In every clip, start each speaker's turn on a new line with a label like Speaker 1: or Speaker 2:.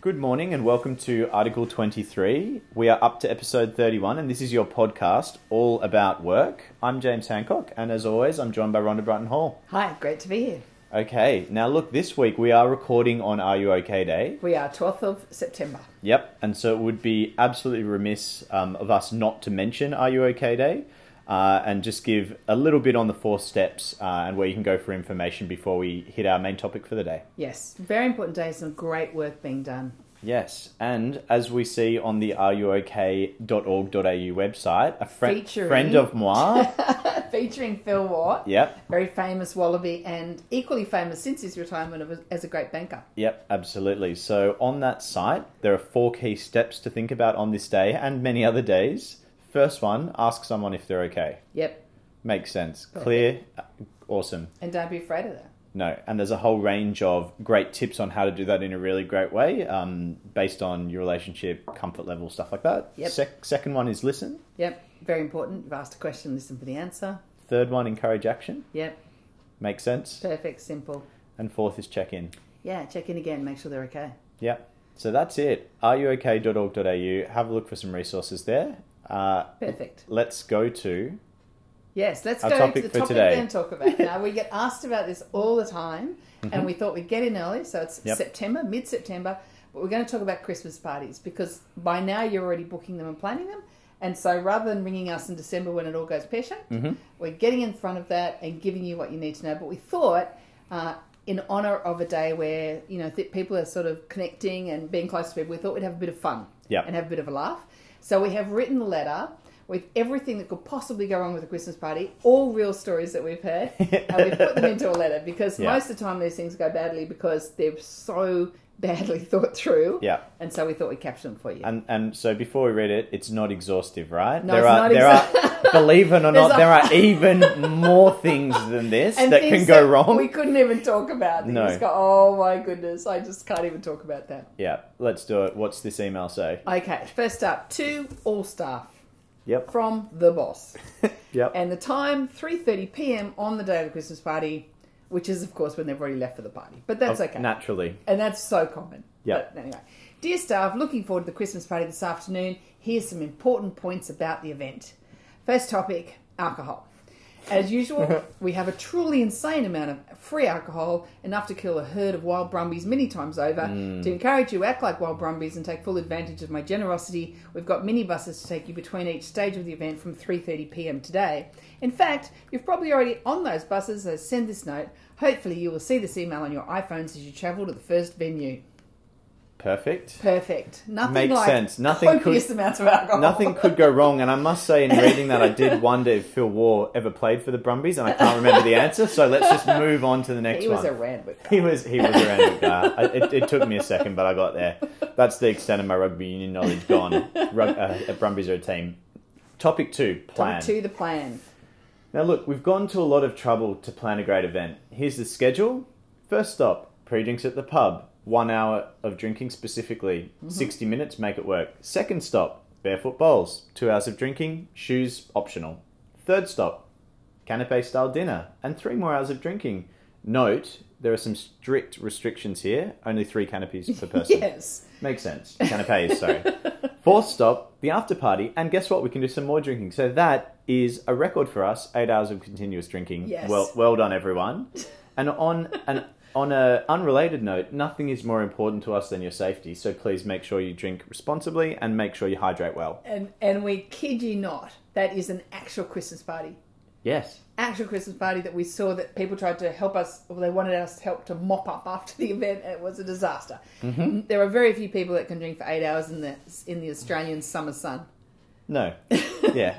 Speaker 1: Good morning and welcome to Article 23. We are up to episode 31 and this is your podcast all about work. I'm James Hancock and as always I'm joined by Rhonda Brunton Hall.
Speaker 2: Hi, great to be here.
Speaker 1: Okay, now look, this week we are recording on Are You OK Day.
Speaker 2: We are 12th of September.
Speaker 1: Yep, and so it would be absolutely remiss um, of us not to mention Are You OK Day uh, and just give a little bit on the four steps uh, and where you can go for information before we hit our main topic for the day.
Speaker 2: Yes, very important day. Some great work being done.
Speaker 1: Yes, and as we see on the ruok.org.au website, a fri-
Speaker 2: Featuring-
Speaker 1: friend of moi,
Speaker 2: Featuring Phil Watt,
Speaker 1: yep,
Speaker 2: very famous wallaby and equally famous since his retirement of, as a great banker.
Speaker 1: yep, absolutely. So on that site, there are four key steps to think about on this day and many other days. First one, ask someone if they're okay.
Speaker 2: Yep,
Speaker 1: Makes sense. Clear, uh, awesome.
Speaker 2: and don't be afraid of that.
Speaker 1: No, and there's a whole range of great tips on how to do that in a really great way, um, based on your relationship, comfort level, stuff like that.
Speaker 2: Yep.
Speaker 1: Sec- second one is listen.
Speaker 2: Yep, very important. You've asked a question, listen for the answer.
Speaker 1: Third one, encourage action.
Speaker 2: Yep,
Speaker 1: Makes sense.
Speaker 2: perfect, simple.
Speaker 1: And fourth is check in.
Speaker 2: Yeah, check in again, make sure they're okay.
Speaker 1: Yeah. So that's it. ruok.org.au. Have a look for some resources there. Uh,
Speaker 2: Perfect.
Speaker 1: let's go to.
Speaker 2: Yes, let's
Speaker 1: Our
Speaker 2: go
Speaker 1: topic
Speaker 2: to the
Speaker 1: for
Speaker 2: topic
Speaker 1: today.
Speaker 2: and talk about it. Now we get asked about this all the time, and we thought we'd get in early, so it's
Speaker 1: Mm-hmm. Yep.
Speaker 2: September, mid-September. But we're going to talk about Christmas parties because by now you're already booking them and planning them, and so rather than ringing us in December when it all goes pear-shaped,
Speaker 1: Mm-hmm.
Speaker 2: we're getting in front of that and giving you what you need to know. But we thought. Uh, in honor of a day where you know th- people are sort of connecting and being close to people, we thought we'd have a bit of fun
Speaker 1: Yep.
Speaker 2: and have a bit of a laugh. So we have written a letter with everything that could possibly go wrong with a Christmas party, all real stories that we've heard, and we've put them into a letter because
Speaker 1: Yeah.
Speaker 2: most of the time these things go badly because they're so badly thought through.
Speaker 1: Yeah.
Speaker 2: And so we thought we'd capture them for you.
Speaker 1: And and so before we read it, it's not exhaustive, right?
Speaker 2: No,
Speaker 1: there
Speaker 2: it's
Speaker 1: are
Speaker 2: not
Speaker 1: there
Speaker 2: exa-
Speaker 1: are believe it or not,
Speaker 2: There's a-
Speaker 1: there are even more things than this
Speaker 2: And
Speaker 1: that can
Speaker 2: things
Speaker 1: go wrong.
Speaker 2: We couldn't even talk about.
Speaker 1: No.
Speaker 2: No. Just go, oh my goodness, I just can't even talk about that.
Speaker 1: Yeah, let's do it. What's this email say?
Speaker 2: Okay, first up, two all staff
Speaker 1: Yep.
Speaker 2: from the boss.
Speaker 1: Yep.
Speaker 2: and the time 3:30 p.m. on the day of the Christmas party, which is of course when they've already left for the party. But that's okay.
Speaker 1: Naturally.
Speaker 2: And that's so common.
Speaker 1: Oh, Yep.
Speaker 2: But anyway, dear staff, looking forward to the Christmas party this afternoon. Here's some important points about the event. First topic alcohol. As usual, we have a truly insane amount of free alcohol, enough to kill a herd of wild brumbies many times over.
Speaker 1: Mm.
Speaker 2: To encourage you, act like wild brumbies and take full advantage of my generosity. We've got minibuses to take you between each stage of the event from 3:30 p.m. today. In fact, you've probably already on those buses. So send this note. Hopefully, you will see this email on your iPhones as you travel to the first venue.
Speaker 1: Perfect.
Speaker 2: Perfect. Nothing
Speaker 1: Makes
Speaker 2: like
Speaker 1: sense. Nothing
Speaker 2: copious
Speaker 1: could-
Speaker 2: amounts of alcohol.
Speaker 1: Nothing could go wrong, and I must say, in reading that, I did wonder if Phil War ever played for the Brumbies, and I can't remember the answer. So let's just move on to the next
Speaker 2: He
Speaker 1: one.
Speaker 2: was a Randwick.
Speaker 1: He was he was a random guy. I, it, it took me a second, but I got there. That's the extent of my rugby union knowledge gone. Rug, uh, Brumbies are a team. Topic two: plan.
Speaker 2: To the plan.
Speaker 1: Now look, we've gone to a lot of trouble to plan a great event. Here's the schedule. First stop: pre-drinks at the pub. One hour of drinking specifically. Sixty minutes, make it work. Second stop: barefoot bowls. Two hours of drinking. Shoes optional. Third stop: canapé style dinner and three more hours of drinking. Note, there are some strict restrictions here. Only three canopies per person.
Speaker 2: Yes.
Speaker 1: Makes sense. Canapes, sorry. Fourth stop, the after party. And guess what? We can do some more drinking. So that is a record for us. Eight hours of continuous drinking.
Speaker 2: Yes.
Speaker 1: Well, well done, everyone. And on an on a unrelated note, nothing is more important to us than your safety. So please make sure you drink responsibly and make sure you hydrate well.
Speaker 2: And and we kid you not, that is an actual Christmas party.
Speaker 1: Yes.
Speaker 2: Actual Christmas party that we saw that people tried to help us, or they wanted us to help to mop up after the event, and it was a disaster. There are very few people that can drink for eight hours in the in the Australian summer sun.
Speaker 1: No. Yeah.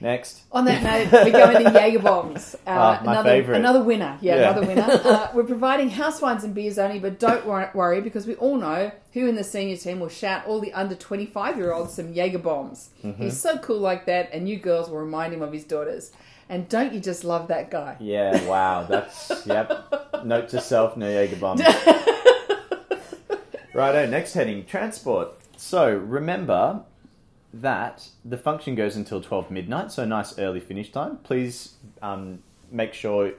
Speaker 1: Next.
Speaker 2: On that note, we go into Jaeger bombs. Uh,
Speaker 1: Ah, my
Speaker 2: another,
Speaker 1: favourite.
Speaker 2: another winner. Yeah,
Speaker 1: Yeah.
Speaker 2: another winner. Uh, we're providing house wines and beers only, but don't wor- worry because we all know who in the senior team will shout all the under 25 year olds some Jaeger bombs.
Speaker 1: Mm-hmm.
Speaker 2: He's so cool like that, and you girls will remind him of his daughters. And don't you just love that guy?
Speaker 1: Yeah, wow. That's yep. Note to self, no Jaeger bomb. Righto, next heading, transport. So remember that the function goes until twelve midnight, so nice early finish time. Please um, make sure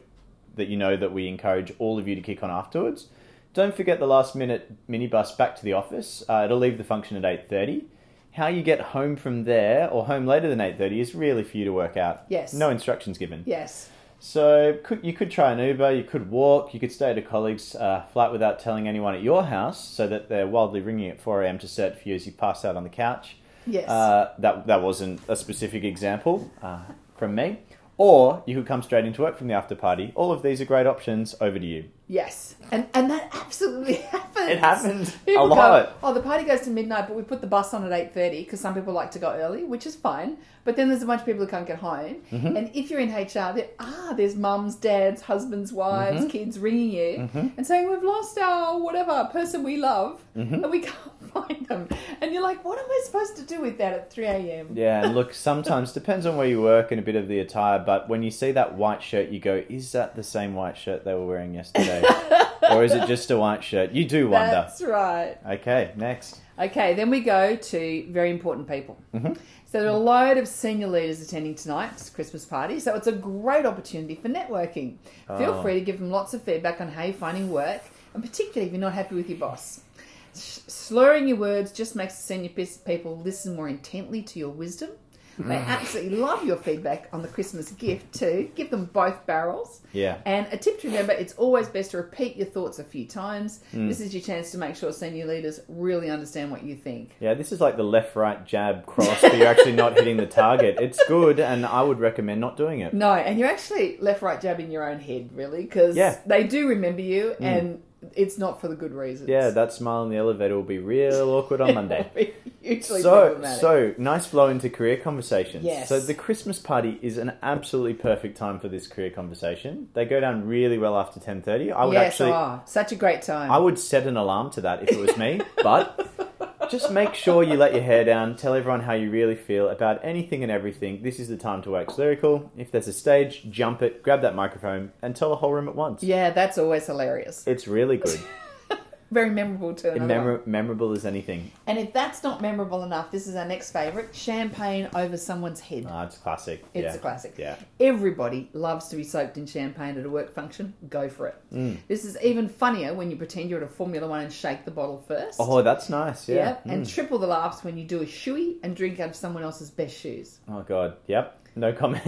Speaker 1: that you know that we encourage all of you to kick on afterwards. Don't forget the last minute minibus back to the office. Uh, it'll leave the function at eight thirty. How you get home from there or home later than eight thirty is really for you to work out.
Speaker 2: Yes.
Speaker 1: No instructions given.
Speaker 2: Yes.
Speaker 1: So could, you could try an Uber, you could walk, you could stay at a colleague's uh, flat without telling anyone at your house, so that they're wildly ringing at four a.m. to search for you as you pass out on the couch.
Speaker 2: Yes.
Speaker 1: Uh, that that wasn't a specific example uh, from me. Or you could come straight into work from the after party. All of these are great options. Over to you.
Speaker 2: Yes, and and that absolutely happens.
Speaker 1: It happened a
Speaker 2: People
Speaker 1: lot.
Speaker 2: Go, oh, the party goes to midnight, but we put the bus on at eight thirty because some people like to go early, which is fine. But then there's a bunch of people who can't get home,
Speaker 1: Mm-hmm.
Speaker 2: and if you're in HR, there ah, there's mums, dads, husbands, wives,
Speaker 1: Mm-hmm.
Speaker 2: kids ringing you and saying we've lost our whatever person we love,
Speaker 1: Mm-hmm.
Speaker 2: and we can't find them, and you're like, what am I supposed to do with that at three a.m.
Speaker 1: Yeah, and look, sometimes depends on where you work and a bit of the attire, but when you see that white shirt, you go, "Is that the same white shirt they were wearing yesterday, or is it just a white shirt?" You do wonder.
Speaker 2: That's right.
Speaker 1: Okay, next.
Speaker 2: Okay, then we go to very important people. So there are a load of senior leaders attending tonight's Christmas party, so it's a great opportunity for networking. Feel
Speaker 1: Oh.
Speaker 2: free to give them lots of feedback on how you're finding work, and particularly if you're not happy with your boss. S- Slurring your words just makes the senior pis- people listen more intently to your wisdom. They absolutely love your feedback on the Christmas gift too. Give them both barrels.
Speaker 1: Yeah.
Speaker 2: And a tip to remember it's always best to repeat your thoughts a few times.
Speaker 1: Hmm.
Speaker 2: This is your chance to make sure senior leaders really understand what you think.
Speaker 1: Yeah, this is like the left, right, jab, cross, but you're actually not hitting the target. It's good, and I would recommend not doing it.
Speaker 2: No, and you're actually left right jabbing your own head, really, because
Speaker 1: Yeah. Hmm.
Speaker 2: they do remember you and it's not for the good reasons.
Speaker 1: Yeah, that smile in the elevator will be real awkward on Monday.
Speaker 2: Hugely
Speaker 1: So,
Speaker 2: problematic.
Speaker 1: so nice flow into career conversations.
Speaker 2: Yes.
Speaker 1: So the Christmas party is an absolutely perfect time for this career conversation. They go down really well after ten thirty. I would
Speaker 2: yes,
Speaker 1: actually,
Speaker 2: ah, such a great time.
Speaker 1: I would set an alarm to that if it was me. but just make sure you let your hair down. Tell everyone how you really feel about anything and everything. This is the time to wax lyrical. If there's a stage, jump it, grab that microphone, and tell the whole room at once.
Speaker 2: yeah, that's always hilarious.
Speaker 1: It's really good.
Speaker 2: Very memorable to another one.
Speaker 1: Memor- memorable as anything.
Speaker 2: And if that's not memorable enough, this is our next favourite: champagne over someone's head.
Speaker 1: Ah, it's classic.
Speaker 2: It's
Speaker 1: yeah.
Speaker 2: a classic.
Speaker 1: Yeah.
Speaker 2: Everybody loves to be soaked in champagne at a work function. Go for it.
Speaker 1: Mm.
Speaker 2: This is even funnier when you pretend you're at a Formula One and shake the bottle first.
Speaker 1: Oh, that's nice. Yeah.
Speaker 2: Yep,
Speaker 1: Mm.
Speaker 2: and triple the laughs when you do a shoey and drink out of someone else's best shoes.
Speaker 1: Oh god, yep. No comment.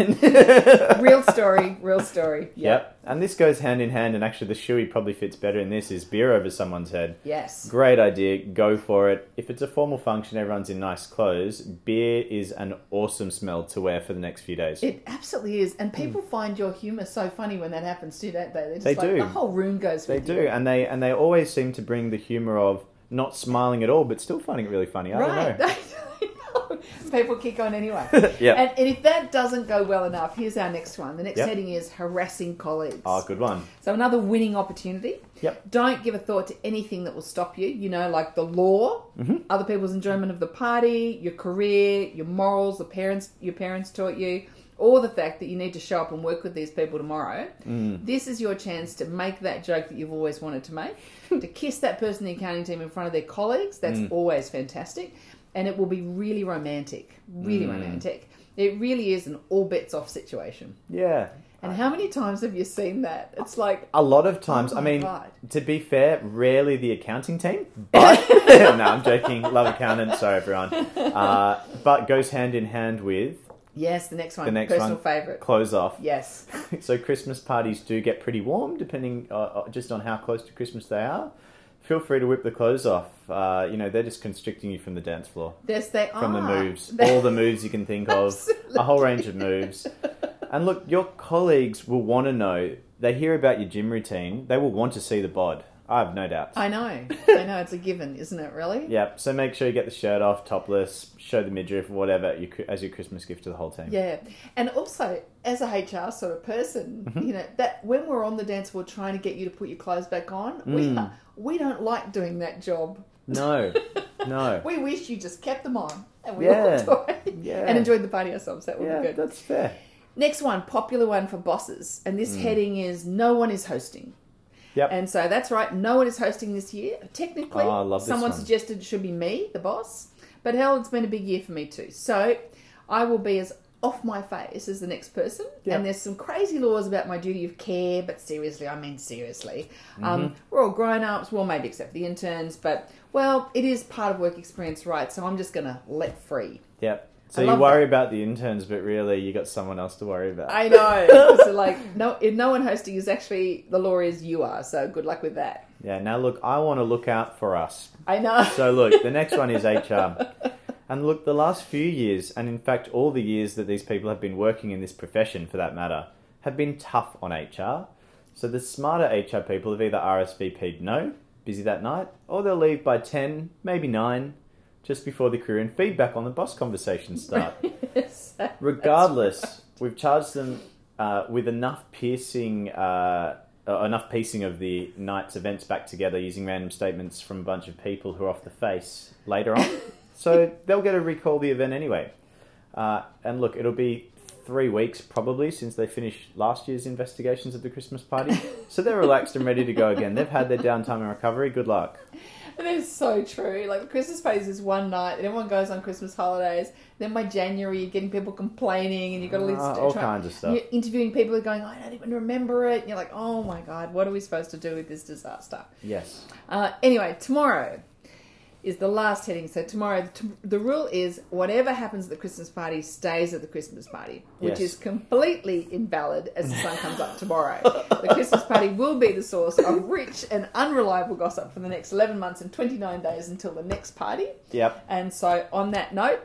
Speaker 2: Real story, real story. Yep.
Speaker 1: Yep. And this goes hand in hand and actually the shoey probably fits better in this is beer over someone's head.
Speaker 2: Yes.
Speaker 1: Great idea, go for it. If it's a formal function, everyone's in nice clothes, beer is an awesome smell to wear for the next few days.
Speaker 2: It absolutely is. And people find your humour so funny when that happens too, don't they? They're just
Speaker 1: Mm. They
Speaker 2: like,
Speaker 1: do.
Speaker 2: The whole room goes
Speaker 1: they
Speaker 2: with you.
Speaker 1: do, and they and they always seem to bring the humor of not smiling at all but still finding it really funny. I
Speaker 2: Right.
Speaker 1: don't know.
Speaker 2: I know. People kick on anyway.
Speaker 1: Yep.
Speaker 2: and, and if that doesn't go well enough, here's our next one. The next
Speaker 1: Yep.
Speaker 2: heading is harassing colleagues.
Speaker 1: Oh, good one.
Speaker 2: So another winning opportunity.
Speaker 1: Yep.
Speaker 2: Don't give a thought to anything that will stop you. You know, like the law, other people's enjoyment of the party, your career, your morals, the parents your parents taught you, or the fact that you need to show up and work with these people tomorrow. This is your chance to make that joke that you've always wanted to make, to kiss that person in the accounting team in front of their colleagues. That's always fantastic, and it will be really romantic. Really romantic. It really is an all bets off situation.
Speaker 1: Yeah.
Speaker 2: And how many times have you seen that? It's like
Speaker 1: A lot of times,
Speaker 2: Oh
Speaker 1: I
Speaker 2: my
Speaker 1: mean,
Speaker 2: God.
Speaker 1: to be fair, rarely the accounting team, but no, I'm joking. Love accountants, sorry everyone. Uh, but goes hand in hand with
Speaker 2: Yes, the next one.
Speaker 1: the next
Speaker 2: Personal
Speaker 1: one,
Speaker 2: favourite.
Speaker 1: close off.
Speaker 2: Yes.
Speaker 1: So Christmas parties do get pretty warm, depending uh, uh, just on how close to Christmas they are. Feel free to whip the clothes off. Uh, you know, they're just constricting you from the dance floor,
Speaker 2: Yes, they are.
Speaker 1: from the moves, all the moves you can think of, a whole range of moves. And look, your colleagues will want to know. They hear about your gym routine. They will want to see the bod. I have no doubt.
Speaker 2: I know. I know. It's a given, isn't it, really?
Speaker 1: Yep. So make sure you get the shirt off, topless, show the midriff, whatever, you, as your Christmas gift to the whole team.
Speaker 2: Yeah. And also, as a HR sort of person,
Speaker 1: Mm-hmm.
Speaker 2: you know, that when we're on the dance floor trying to get you to put your clothes back on,
Speaker 1: Mm.
Speaker 2: we, are- we don't like doing that job.
Speaker 1: No, no.
Speaker 2: We wish you just kept them on and we
Speaker 1: Yeah.
Speaker 2: walked away
Speaker 1: Yeah.
Speaker 2: and enjoyed the party ourselves. That would
Speaker 1: yeah,
Speaker 2: be good.
Speaker 1: that's fair.
Speaker 2: Next one, popular one for bosses. And this heading is No One is Hosting.
Speaker 1: Hmm. Yep.
Speaker 2: And so that's right, no one is hosting this year. Technically,
Speaker 1: Oh, I love this
Speaker 2: someone
Speaker 1: one.
Speaker 2: suggested it should be me, the boss. But hell, it's been a big year for me too. So I will be as off my face as the next person.
Speaker 1: Yeah.
Speaker 2: And there's some crazy laws about my duty of care, but seriously, I mean seriously.
Speaker 1: Mm-hmm.
Speaker 2: Um, we're all grown ups, well, maybe except the interns, but well, it is part of work experience, right? So I'm just going to let free.
Speaker 1: Yep. So
Speaker 2: I
Speaker 1: you
Speaker 2: love
Speaker 1: worry about the interns, but really you got someone else to worry about.
Speaker 2: I know. so like, no, if no one hosting is actually the law is you are. So good luck with that.
Speaker 1: yeah. Now look, I want to look out for us.
Speaker 2: I know.
Speaker 1: So look, the next one is HR. And look, the last few years, and in fact all the years that these people have been working in this profession for that matter, have been tough on HR. So the smarter HR people have either RSVP'd no, busy that night, or they'll leave by 10, maybe 9, just before the career and feedback on the boss conversations start.
Speaker 2: So-
Speaker 1: Regardless, we've charged them uh, with enough piercing, uh, uh, enough piecing of the night's events back together using random statements from a bunch of people who are off the face later on. so they'll get to recall the event anyway. Uh, and look, it'll be three weeks probably since they finished last year's investigations of the Christmas party. so they're relaxed and ready to go again. They've had their downtime and recovery. Good luck.
Speaker 2: That is so true. Like the Christmas parties is one night, and everyone goes on Christmas holidays. Then by January, you're getting people complaining, and you've got to leave.
Speaker 1: Uh, all kinds of stuff.
Speaker 2: You're interviewing people who are going, I don't even remember it. And you're like, oh my god, what are we supposed to do with this disaster?
Speaker 1: Yes.
Speaker 2: Uh, anyway, tomorrow is the last heading. So tomorrow, t- the rule is whatever happens at the Christmas party stays at the Christmas party, which
Speaker 1: Yes.
Speaker 2: is completely invalid as the sun comes up tomorrow. The Christmas party will be the source of rich and unreliable gossip for the next 11 months and 29 days until the next party.
Speaker 1: Yep.
Speaker 2: And so on that note,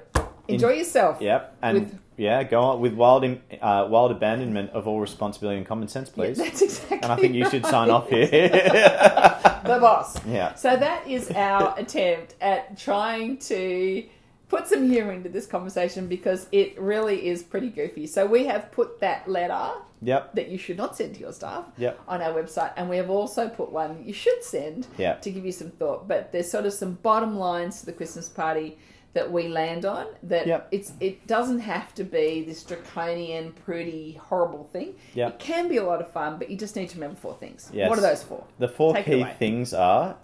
Speaker 2: enjoy yourself.
Speaker 1: Yep, and
Speaker 2: With-
Speaker 1: yeah, go on with wild im- uh, wild abandonment of all responsibility and common sense,
Speaker 2: Yeah,
Speaker 1: please.
Speaker 2: that's exactly
Speaker 1: and I think you should sign
Speaker 2: right.
Speaker 1: off here.
Speaker 2: The boss.
Speaker 1: yeah,
Speaker 2: So that is our attempt at trying to put some humour into this conversation because it really is pretty goofy. So we have put that letter
Speaker 1: yep,
Speaker 2: that you should not send to your staff
Speaker 1: Yep.
Speaker 2: on our website, and we have also put one that you should send
Speaker 1: Yeah.
Speaker 2: to give you some thought. But there's sort of some bottom lines to the Christmas party that we land on that
Speaker 1: Yep.
Speaker 2: it's it doesn't have to be this draconian, pretty, horrible thing.
Speaker 1: Yep.
Speaker 2: It can be a lot of fun, but you just need to remember four things.
Speaker 1: Yes.
Speaker 2: What are those four?
Speaker 1: The four
Speaker 2: Take it
Speaker 1: key
Speaker 2: away.
Speaker 1: things are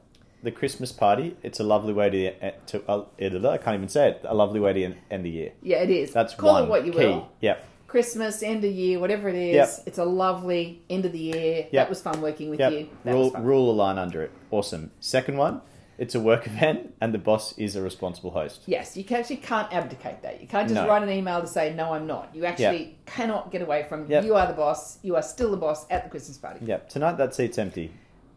Speaker 1: the Christmas party. It's a lovely way to eh, to uh, I can't even say it. A lovely way to en- end the year.
Speaker 2: Yeah, it is.
Speaker 1: That's
Speaker 2: Call
Speaker 1: one
Speaker 2: it what you
Speaker 1: key.
Speaker 2: will.
Speaker 1: Yep,
Speaker 2: Christmas, end of year, whatever it is.
Speaker 1: Yep.
Speaker 2: It's a lovely end of the year. That was fun working with
Speaker 1: yep.
Speaker 2: you. That
Speaker 1: Rule
Speaker 2: was fun.
Speaker 1: rule a line under it. Awesome. Second one, it's a work event, and the boss is a responsible host.
Speaker 2: Yes, you can, actually can't abdicate that. You can't just
Speaker 1: No.
Speaker 2: write an email to say, no, I'm not. You actually cannot get away from
Speaker 1: Yep.
Speaker 2: you are the boss. You are still the boss at the Christmas party.
Speaker 1: Yep. Tonight that seat's empty.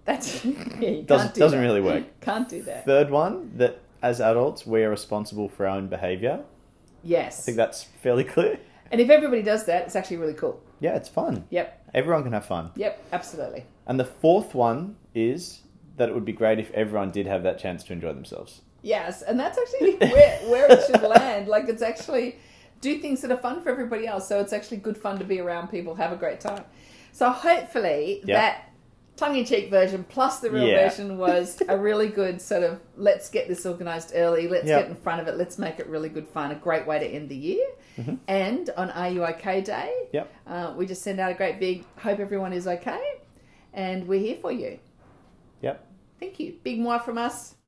Speaker 2: That's yeah, you
Speaker 1: Doesn't-
Speaker 2: can't do
Speaker 1: doesn't
Speaker 2: that.
Speaker 1: really work.
Speaker 2: Can't do that.
Speaker 1: Third one, that as adults we are responsible for our own behaviour. I
Speaker 2: Yes.
Speaker 1: think that's fairly clear.
Speaker 2: and if everybody does that, it's actually really cool.
Speaker 1: Yeah, it's fun.
Speaker 2: Yep.
Speaker 1: Everyone can have fun.
Speaker 2: Yep. Absolutely.
Speaker 1: And the fourth one is that it would be great if everyone did have that chance to enjoy themselves.
Speaker 2: Yes, and that's actually where, where it should land. Like it's actually do things that are fun for everybody else. So it's actually good fun to be around people, have a great time. So hopefully
Speaker 1: Yeah.
Speaker 2: that tongue-in-cheek version plus the real
Speaker 1: Yeah.
Speaker 2: version was a really good sort of let's get this organized early, let's
Speaker 1: Yeah.
Speaker 2: get in front of it, let's make it really good fun, a great way to end the year. And on RUIK Day,
Speaker 1: Mm-hmm. Yep.
Speaker 2: uh, we just send out a great big hope everyone is okay, and we're here for you.
Speaker 1: Yep.
Speaker 2: Thank you, big moi from us.